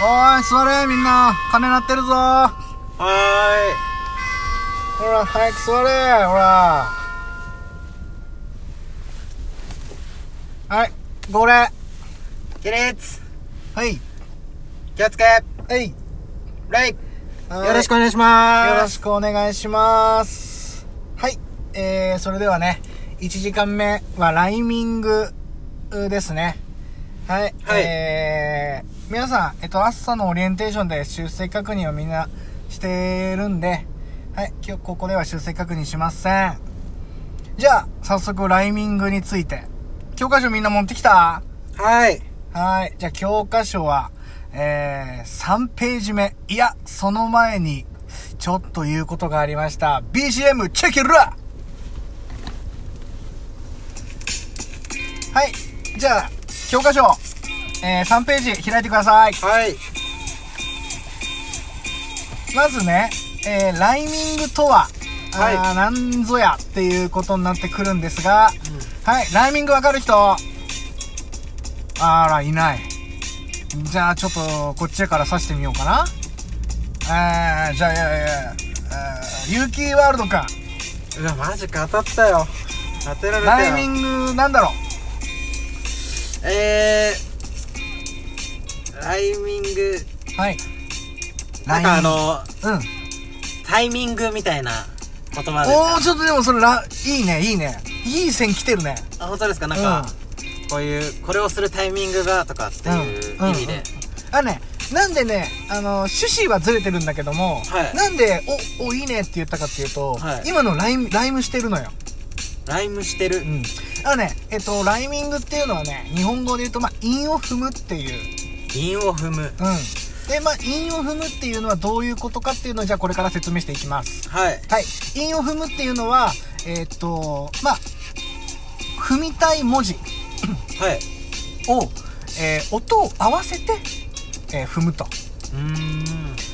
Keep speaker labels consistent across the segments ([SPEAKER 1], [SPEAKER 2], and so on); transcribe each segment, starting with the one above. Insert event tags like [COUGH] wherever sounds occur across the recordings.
[SPEAKER 1] おーい、座れ、みんな。金鳴ってるぞ。はーい。ほら、早く座れ、ほら。はい、号令。
[SPEAKER 2] 起立
[SPEAKER 1] はい、
[SPEAKER 2] 気をつけ
[SPEAKER 1] はい。
[SPEAKER 2] 礼
[SPEAKER 1] よ
[SPEAKER 2] よろしく
[SPEAKER 1] よ
[SPEAKER 2] お願いします
[SPEAKER 1] ろしくお願いします。はい、えー、それではね、1時間目はライミングですね。はい、
[SPEAKER 2] はい
[SPEAKER 1] えー、皆さん、えっと、朝のオリエンテーションで出席確認をみんなしてるんで、はい、今日ここでは出席確認しません。じゃあ、早速、ライミングについて。教科書みんな持ってきた
[SPEAKER 2] はい
[SPEAKER 1] はい。じゃあ、教科書は、えー、3ページ目。いや、その前に、ちょっと言うことがありました。BGM、チェケラはい。じゃあ、教科書、えー、3ページ開いてください。
[SPEAKER 2] はい
[SPEAKER 1] まずね、えー、ライミングとは、
[SPEAKER 2] はい
[SPEAKER 1] あーなんぞやっていうことになってくるんですが、はい、ライミングわかる人あら、いない。じゃあ、ちょっと、こっちから刺してみようかな。えー、じゃあ、いやいやいや、えー、ユーキーワールドくん。
[SPEAKER 2] うわマジか当たったよ当てられた
[SPEAKER 1] ラ
[SPEAKER 2] よ
[SPEAKER 1] イミング、なんだろ
[SPEAKER 2] えーライミング
[SPEAKER 1] う。はい。
[SPEAKER 2] なんかあの
[SPEAKER 1] ライミング、うん。
[SPEAKER 2] タイミングみたいな言葉です
[SPEAKER 1] お
[SPEAKER 2] か
[SPEAKER 1] ー、ちょっとでもそれ、ら、いいね、いいね。いい線来てるね。
[SPEAKER 2] あ本当ですかなんか、こういうこれをするタイミングがとかっていう意味で、
[SPEAKER 1] うんうんあね、なんでね、あの、趣旨はずれてるんだけども、
[SPEAKER 2] はい
[SPEAKER 1] なんで、お、お、いいねって言ったかっていうと、
[SPEAKER 2] はい
[SPEAKER 1] 今のライム、ライムしてるのよ。
[SPEAKER 2] ライムしてる、
[SPEAKER 1] うん。あね、えっと、ライミングっていうのはね、日本語で言うと、まあ、韻を踏むっていう。
[SPEAKER 2] 銀を踏む
[SPEAKER 1] うん。で、まあ、韻を踏むっていうのはどういうことかっていうのを、じゃあこれから説明していきます。
[SPEAKER 2] はい
[SPEAKER 1] はい。韻を踏むっていうのは、えっと、まあ、踏みたい文字
[SPEAKER 2] はい
[SPEAKER 1] を、えー音を合わせて、えー踏むと。
[SPEAKER 2] うーん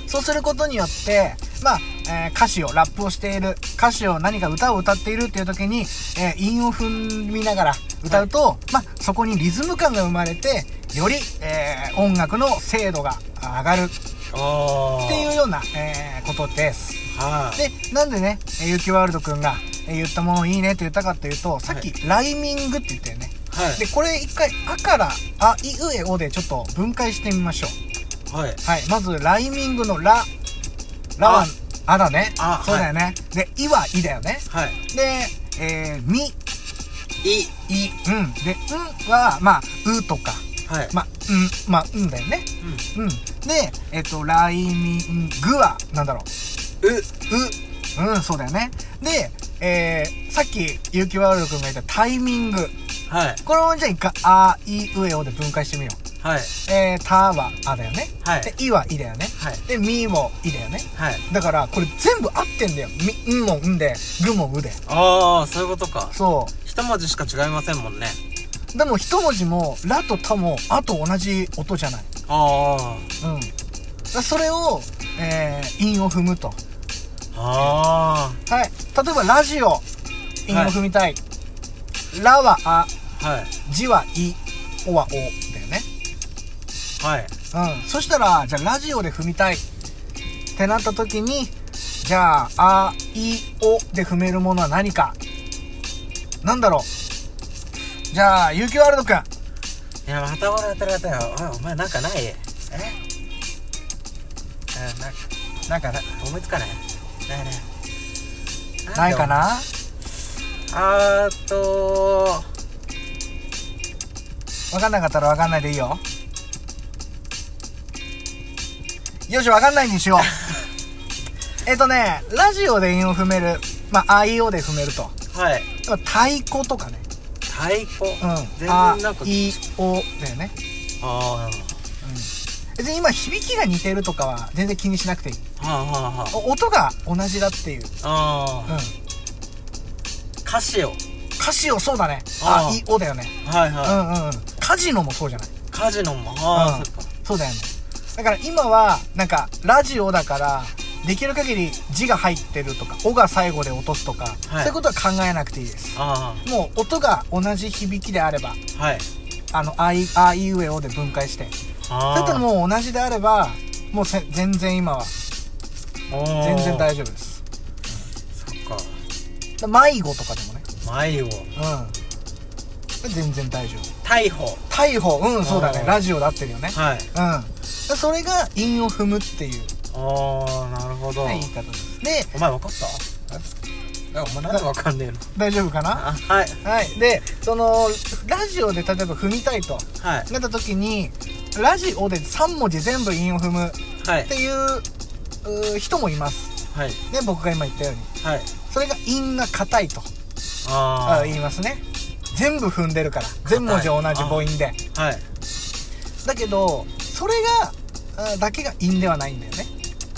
[SPEAKER 1] そうすることによって、まあ、えー歌詞を、ラップをしている、歌詞を何か歌を歌っているっていう時に、えー韻を踏みながら歌うと、まあ、そこにリズム感が生まれて、より、えー音楽の精度が上がるっ
[SPEAKER 2] ああ
[SPEAKER 1] ていうような、えーことです。
[SPEAKER 2] はい
[SPEAKER 1] で、なんでね、えーゆきワールドくんが、えー言ったものをいいねって言ったかっていうと、さっき、ライミングって言ったよね。
[SPEAKER 2] はい
[SPEAKER 1] で、これ一回、あから、あ、い、う、え、おでちょっと分解してみましょう。
[SPEAKER 2] はい
[SPEAKER 1] はい、まずライミングのラ、ラは、あだね。
[SPEAKER 2] あ
[SPEAKER 1] そうだよね。で、いは、いだよね。
[SPEAKER 2] はい
[SPEAKER 1] で、えー、み、い、
[SPEAKER 2] い
[SPEAKER 1] うん。で、んは、まあ、うとか、
[SPEAKER 2] はい
[SPEAKER 1] まあ、うん、まあ、うんだよね。うん。で、えっ、と、ライミングは、なんだろう。
[SPEAKER 2] うんう
[SPEAKER 1] う、うん、そうだよね。で、えー、さっき、ゆうきわるくんが言ったタイミング。
[SPEAKER 2] はい
[SPEAKER 1] これをじゃあ一回、あ、い、うえおで分解してみよう。
[SPEAKER 2] はい
[SPEAKER 1] えー、たは、あだよね。
[SPEAKER 2] はい
[SPEAKER 1] で、いは、いだよね。
[SPEAKER 2] はい
[SPEAKER 1] で、みも、いだよね。
[SPEAKER 2] はい
[SPEAKER 1] だからこれ全部合ってんだよ「み」んも「ん」で「ぐ」も「う」で
[SPEAKER 2] ああそういうことか
[SPEAKER 1] そ
[SPEAKER 2] 一文字しか違いませんもんね
[SPEAKER 1] うでも一文字も「ら」と「た」も「あ」と同じ音じゃない
[SPEAKER 2] あ
[SPEAKER 1] うんだからそれを、えー、韻を踏むと
[SPEAKER 2] ああ
[SPEAKER 1] はい例えば「ラジオ」韻を踏みたい「ら」は「あ
[SPEAKER 2] あはい」
[SPEAKER 1] 「じ」は「い」「お」は「お」だよね
[SPEAKER 2] はい
[SPEAKER 1] うんそしたらじゃあラジオで踏みたいってなった時にじゃあ「あ」「い」「お」で踏めるものは何かなんだろうじゃあ有機ワールドくん
[SPEAKER 2] いやまた俺当たられたよおいお前なんかないええなんかなんかな思いつかないないね
[SPEAKER 1] ないかな
[SPEAKER 2] あーっと
[SPEAKER 1] 分かんなかったら分かんないでいいよよし分かんないにしよう [LAUGHS] えっとねラジオで韻を踏めるまあ「あいお」で踏めると
[SPEAKER 2] はい
[SPEAKER 1] やっぱ太鼓とかね
[SPEAKER 2] 太鼓、
[SPEAKER 1] うん
[SPEAKER 2] 全然
[SPEAKER 1] あ
[SPEAKER 2] なんか
[SPEAKER 1] いお」だよね
[SPEAKER 2] あ
[SPEAKER 1] 別に今響きが似てるとかは全然気にしなくていい
[SPEAKER 2] あはあはあは
[SPEAKER 1] お音が同じだっていう、
[SPEAKER 2] ああ
[SPEAKER 1] うん
[SPEAKER 2] あ、歌詞を
[SPEAKER 1] 歌詞をそうだね
[SPEAKER 2] あ
[SPEAKER 1] あ
[SPEAKER 2] あ
[SPEAKER 1] いおだよね
[SPEAKER 2] はいうは
[SPEAKER 1] んうんうんカジノもそうじゃない
[SPEAKER 2] いカジノもああ、
[SPEAKER 1] うん
[SPEAKER 2] そっか
[SPEAKER 1] そうだよねだから今はなんかラジオだからできる限り字が入ってるとか「お」が最後で落とすとか、そういうことは考えなくていいです
[SPEAKER 2] あ
[SPEAKER 1] もう音が同じ響きであれば
[SPEAKER 2] あはい
[SPEAKER 1] あの、あい、あいうえおで分解して。だったら
[SPEAKER 2] う
[SPEAKER 1] もう同じであれば、もうせ全然今は、全然大丈夫です。
[SPEAKER 2] そっか
[SPEAKER 1] だ迷子とかでもね。
[SPEAKER 2] 迷子
[SPEAKER 1] うん。全然大丈夫。
[SPEAKER 2] 逮捕
[SPEAKER 1] 逮捕、うん、そうだ
[SPEAKER 2] あ
[SPEAKER 1] ね。
[SPEAKER 2] ー
[SPEAKER 1] ラジオで合ってるよね。
[SPEAKER 2] はい
[SPEAKER 1] うん。それが、韻を踏むっていう、ね、
[SPEAKER 2] ああなるほど、
[SPEAKER 1] 言い方です。で、
[SPEAKER 2] お前分かったお前なんで分かんねえの
[SPEAKER 1] 大丈夫かな
[SPEAKER 2] あはい
[SPEAKER 1] はい。で、その、ラジオで例えば踏みたいと
[SPEAKER 2] はい
[SPEAKER 1] なった時に、ラジオで3文字全部韻を踏むっ
[SPEAKER 2] はい
[SPEAKER 1] ていううー人もいます。
[SPEAKER 2] はい
[SPEAKER 1] ね、僕が今言ったように。
[SPEAKER 2] はい
[SPEAKER 1] それが韻が硬いとあ
[SPEAKER 2] あ
[SPEAKER 1] 言いますね。全部踏んでるから。全文字同じ母音で。
[SPEAKER 2] あはい
[SPEAKER 1] だけど、それが、あだけが韻ではないんだよね。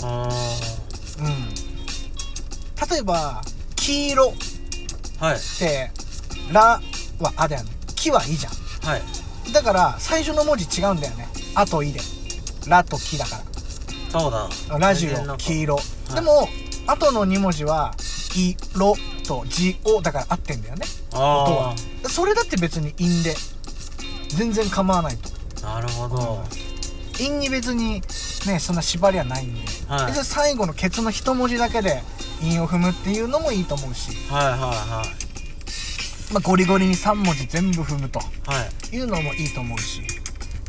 [SPEAKER 2] あ
[SPEAKER 1] うん。例えば、黄色っ
[SPEAKER 2] あはい
[SPEAKER 1] て、らはあだよね。きはいいじゃん。
[SPEAKER 2] はい
[SPEAKER 1] だから最初の文字違うんだよね「あ」と「い」で「ら」と「き」だか
[SPEAKER 2] そうだ
[SPEAKER 1] らラジ
[SPEAKER 2] 全然な
[SPEAKER 1] オ「
[SPEAKER 2] んか
[SPEAKER 1] 黄色」
[SPEAKER 2] い
[SPEAKER 1] でも後の2文字は「いろ」と「じお」だから合ってんだよね音
[SPEAKER 2] あ
[SPEAKER 1] はそれだって別に「因で全然構わないと
[SPEAKER 2] あなるほど、
[SPEAKER 1] 「因に別にねそんな縛りはないんで、
[SPEAKER 2] はい
[SPEAKER 1] 別に最後のケツの一文字だけで「因を踏むっていうのもいいと思うし、
[SPEAKER 2] はいは
[SPEAKER 1] まあ、ゴリゴリに3文字全部踏むと
[SPEAKER 2] いはいはい
[SPEAKER 1] いうのもいいと思うし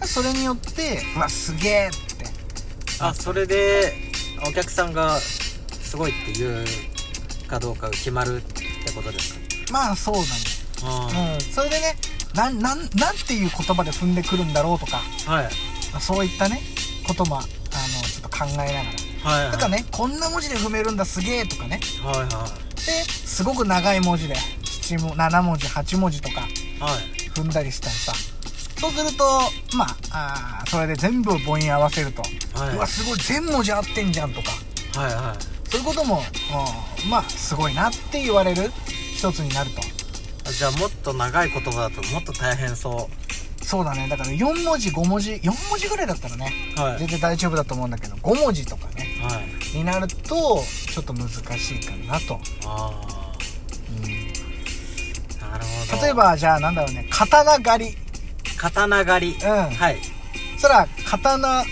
[SPEAKER 1] それによってうわすげえって
[SPEAKER 2] あそれでお客さんがすごいって言うかどうかが決まるってことですか
[SPEAKER 1] まあそうだね
[SPEAKER 2] あ
[SPEAKER 1] うん、それでねなんなんなんていう言葉で踏んでくるんだろうとか
[SPEAKER 2] あはい
[SPEAKER 1] まあそういったねこともあのちょっと考えなが
[SPEAKER 2] はいは
[SPEAKER 1] ら
[SPEAKER 2] い
[SPEAKER 1] だからねこんな文字で踏めるんだすげえとかね
[SPEAKER 2] はいは
[SPEAKER 1] ですごく長い文字で7も7文字8文字とか
[SPEAKER 2] いはい
[SPEAKER 1] 踏んだりしたらさそうするとまああーそれで全部を母音合わせると、
[SPEAKER 2] はいう
[SPEAKER 1] わすごい全文字合ってんじゃんとか
[SPEAKER 2] はいはい
[SPEAKER 1] そういうことも、うん、まあすごいなって言われる一つになると
[SPEAKER 2] あじゃあもっと長い言葉だともっと大変そ
[SPEAKER 1] そうだねだから4文字5文字4文字ぐらいだったらね
[SPEAKER 2] うはい
[SPEAKER 1] 全然大丈夫だと思うんだけど5文字とかね
[SPEAKER 2] はい
[SPEAKER 1] になるとちょっと難しいかなと、
[SPEAKER 2] ああなるほど
[SPEAKER 1] 例えばじゃあなんだろうね刀狩り
[SPEAKER 2] 刀狩り
[SPEAKER 1] うん
[SPEAKER 2] はい
[SPEAKER 1] そしたら刀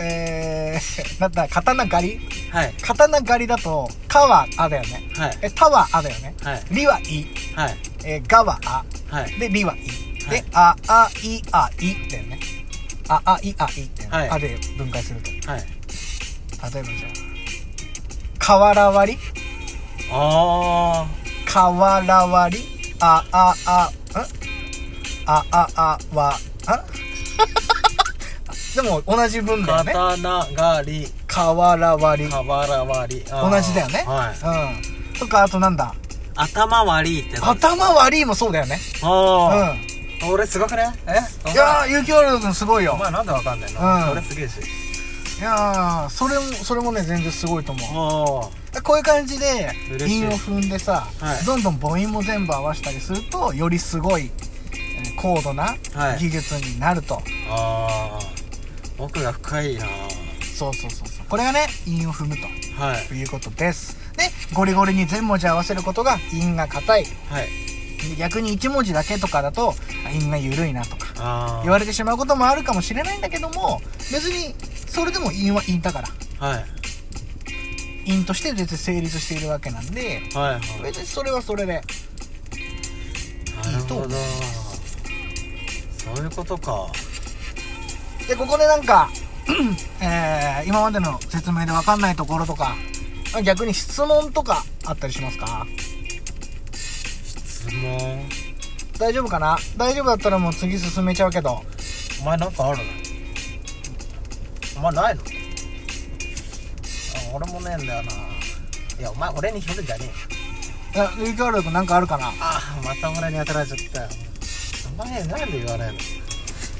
[SPEAKER 1] えー、 [LAUGHS] なんだ刀狩り
[SPEAKER 2] はい
[SPEAKER 1] 刀狩りだと「か」は「あ」だよね
[SPEAKER 2] はい
[SPEAKER 1] え「た」は「あ」だよね
[SPEAKER 2] はい
[SPEAKER 1] 「り」は「い」
[SPEAKER 2] はい
[SPEAKER 1] えー「が」は「あ」
[SPEAKER 2] はい
[SPEAKER 1] で「り」は「い」
[SPEAKER 2] は
[SPEAKER 1] で
[SPEAKER 2] い
[SPEAKER 1] 「あ」「あ」「い」「あ」「い」だよね「あ」「あ」「い」「あ」「い」だよね、
[SPEAKER 2] はい
[SPEAKER 1] あ」で分解すると例え
[SPEAKER 2] はい
[SPEAKER 1] ばじゃあ「瓦割り」
[SPEAKER 2] あ
[SPEAKER 1] かわらわりあああんあああわあ [LAUGHS] でも同じ文
[SPEAKER 2] あ
[SPEAKER 1] だよね
[SPEAKER 2] 刀狩り
[SPEAKER 1] かわらわり
[SPEAKER 2] 瓦割りあ
[SPEAKER 1] 同
[SPEAKER 2] ー
[SPEAKER 1] じだよね、
[SPEAKER 2] はい
[SPEAKER 1] うんとかあとなんだ
[SPEAKER 2] 頭割りってあ
[SPEAKER 1] 頭割りもそうだよねうん
[SPEAKER 2] あー俺すごくねえ
[SPEAKER 1] いやーゆきおるくんすごい
[SPEAKER 2] お
[SPEAKER 1] よ
[SPEAKER 2] 前なんでわかんないの
[SPEAKER 1] うん
[SPEAKER 2] 俺すげえし
[SPEAKER 1] いやーそれもそれもね全然すごいと思う
[SPEAKER 2] あ
[SPEAKER 1] こういう感じで
[SPEAKER 2] 嬉しい
[SPEAKER 1] 韻を踏んでさ、
[SPEAKER 2] はい
[SPEAKER 1] どんどん母音も全部合わせたりするとよりすごいえー高度な
[SPEAKER 2] はい
[SPEAKER 1] 技術になると、
[SPEAKER 2] ーあー奥が深いな
[SPEAKER 1] そうそうそうそうこれがね韻を踏むと
[SPEAKER 2] はい
[SPEAKER 1] ということです。で、ゴリゴリに全文字合わせることが韻が硬い。
[SPEAKER 2] はい
[SPEAKER 1] 逆に1文字だけとかだとあ韻が緩いなとか
[SPEAKER 2] あ
[SPEAKER 1] 言われてしまうこともあるかもしれないんだけども、別にそれでも韻は韻だから。
[SPEAKER 2] あはい
[SPEAKER 1] 韻として別に成立しているわけなんで、
[SPEAKER 2] はいはい
[SPEAKER 1] 別にそれはそれで。
[SPEAKER 2] なる
[SPEAKER 1] いいと思
[SPEAKER 2] ほ
[SPEAKER 1] い
[SPEAKER 2] ど
[SPEAKER 1] ま
[SPEAKER 2] そういうことか
[SPEAKER 1] で、ここでなんか、 [CLEARS THROAT] えー、今までの説明でわかんないところとか、逆に質問とかあったりしますか
[SPEAKER 2] 質問
[SPEAKER 1] 大丈夫かな大丈夫だったらもう次進めちゃうけど。
[SPEAKER 2] お前なんかあるのお前ないのあ俺もねえんだよないやお前俺にひるんじゃねえよ
[SPEAKER 1] あゆきわるくんなんかあるかな
[SPEAKER 2] ああまた俺に当たられちゃったよお前なんで言わないの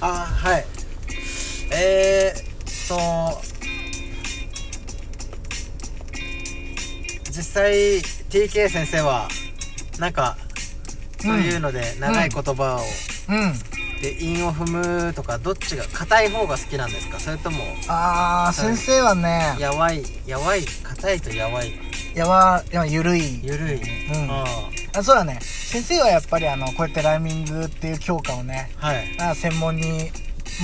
[SPEAKER 2] ああはいえー、っと実際 TK 先生はなんかそういうので長い言葉を、
[SPEAKER 1] うん。
[SPEAKER 2] で韻を踏むとかどっちが硬い方が好きなんですかそれとも
[SPEAKER 1] あー、先生はね、
[SPEAKER 2] やわいやわい硬いとやわい
[SPEAKER 1] やわ、やわゆるい。
[SPEAKER 2] ゆるい、
[SPEAKER 1] うん
[SPEAKER 2] あ
[SPEAKER 1] あそうだね先生はやっぱりあのこうやってライミングっていう教科をね
[SPEAKER 2] はい
[SPEAKER 1] あ専門に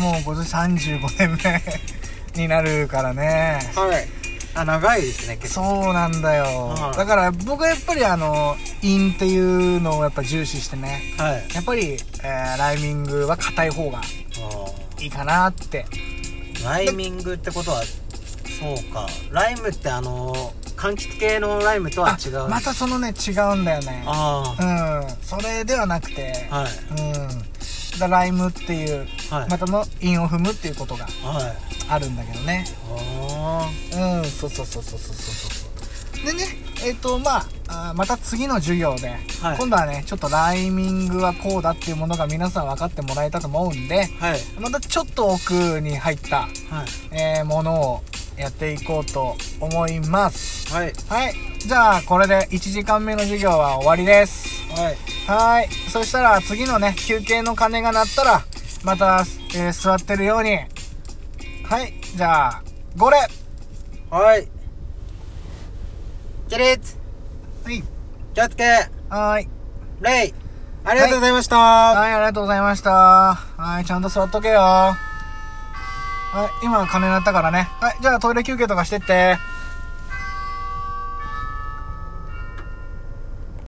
[SPEAKER 1] もう今年35年目になるからね
[SPEAKER 2] はいあ長いですね結構
[SPEAKER 1] そうなんだよ
[SPEAKER 2] はい
[SPEAKER 1] だから僕はやっぱりあの陰っていうのをやっぱ重視してね
[SPEAKER 2] はい
[SPEAKER 1] やっぱり、えーライミングは硬い方がいいかなって
[SPEAKER 2] ライミングってことはそうかライムってあの柑橘系のライムとは違う
[SPEAKER 1] またそのね違うんだよねう
[SPEAKER 2] あ
[SPEAKER 1] んそれではなくて
[SPEAKER 2] あはい
[SPEAKER 1] うんだライムっていう、
[SPEAKER 2] はい、
[SPEAKER 1] またの韻を踏むっていうことが
[SPEAKER 2] はい
[SPEAKER 1] あるんだけどね
[SPEAKER 2] あ
[SPEAKER 1] うんそうそうそうそうそうそうそうでねえっ、とまああーまた次の授業で、
[SPEAKER 2] はい
[SPEAKER 1] 今度はねちょっとライミングはこうだっていうものが皆さん分かってもらえたと思うんで
[SPEAKER 2] あはい
[SPEAKER 1] またちょっと奥に入った、
[SPEAKER 2] はい
[SPEAKER 1] えーものをやっていこうと思います
[SPEAKER 2] はい
[SPEAKER 1] はいじゃあこれで1時間目の授業は終わりです
[SPEAKER 2] はい
[SPEAKER 1] はいそしたら次のね休憩の鐘が鳴ったらまた、えー座ってるようにはいじゃあ5れ
[SPEAKER 2] はい起立
[SPEAKER 1] はい
[SPEAKER 2] 気をつけ
[SPEAKER 1] はーい
[SPEAKER 2] レイありがとうございました、
[SPEAKER 1] はい、ありがとうございました。はい、ちゃんと座っとけよ。はい、今鐘鳴ったからね。はい、じゃあトイレ休憩とかしてって。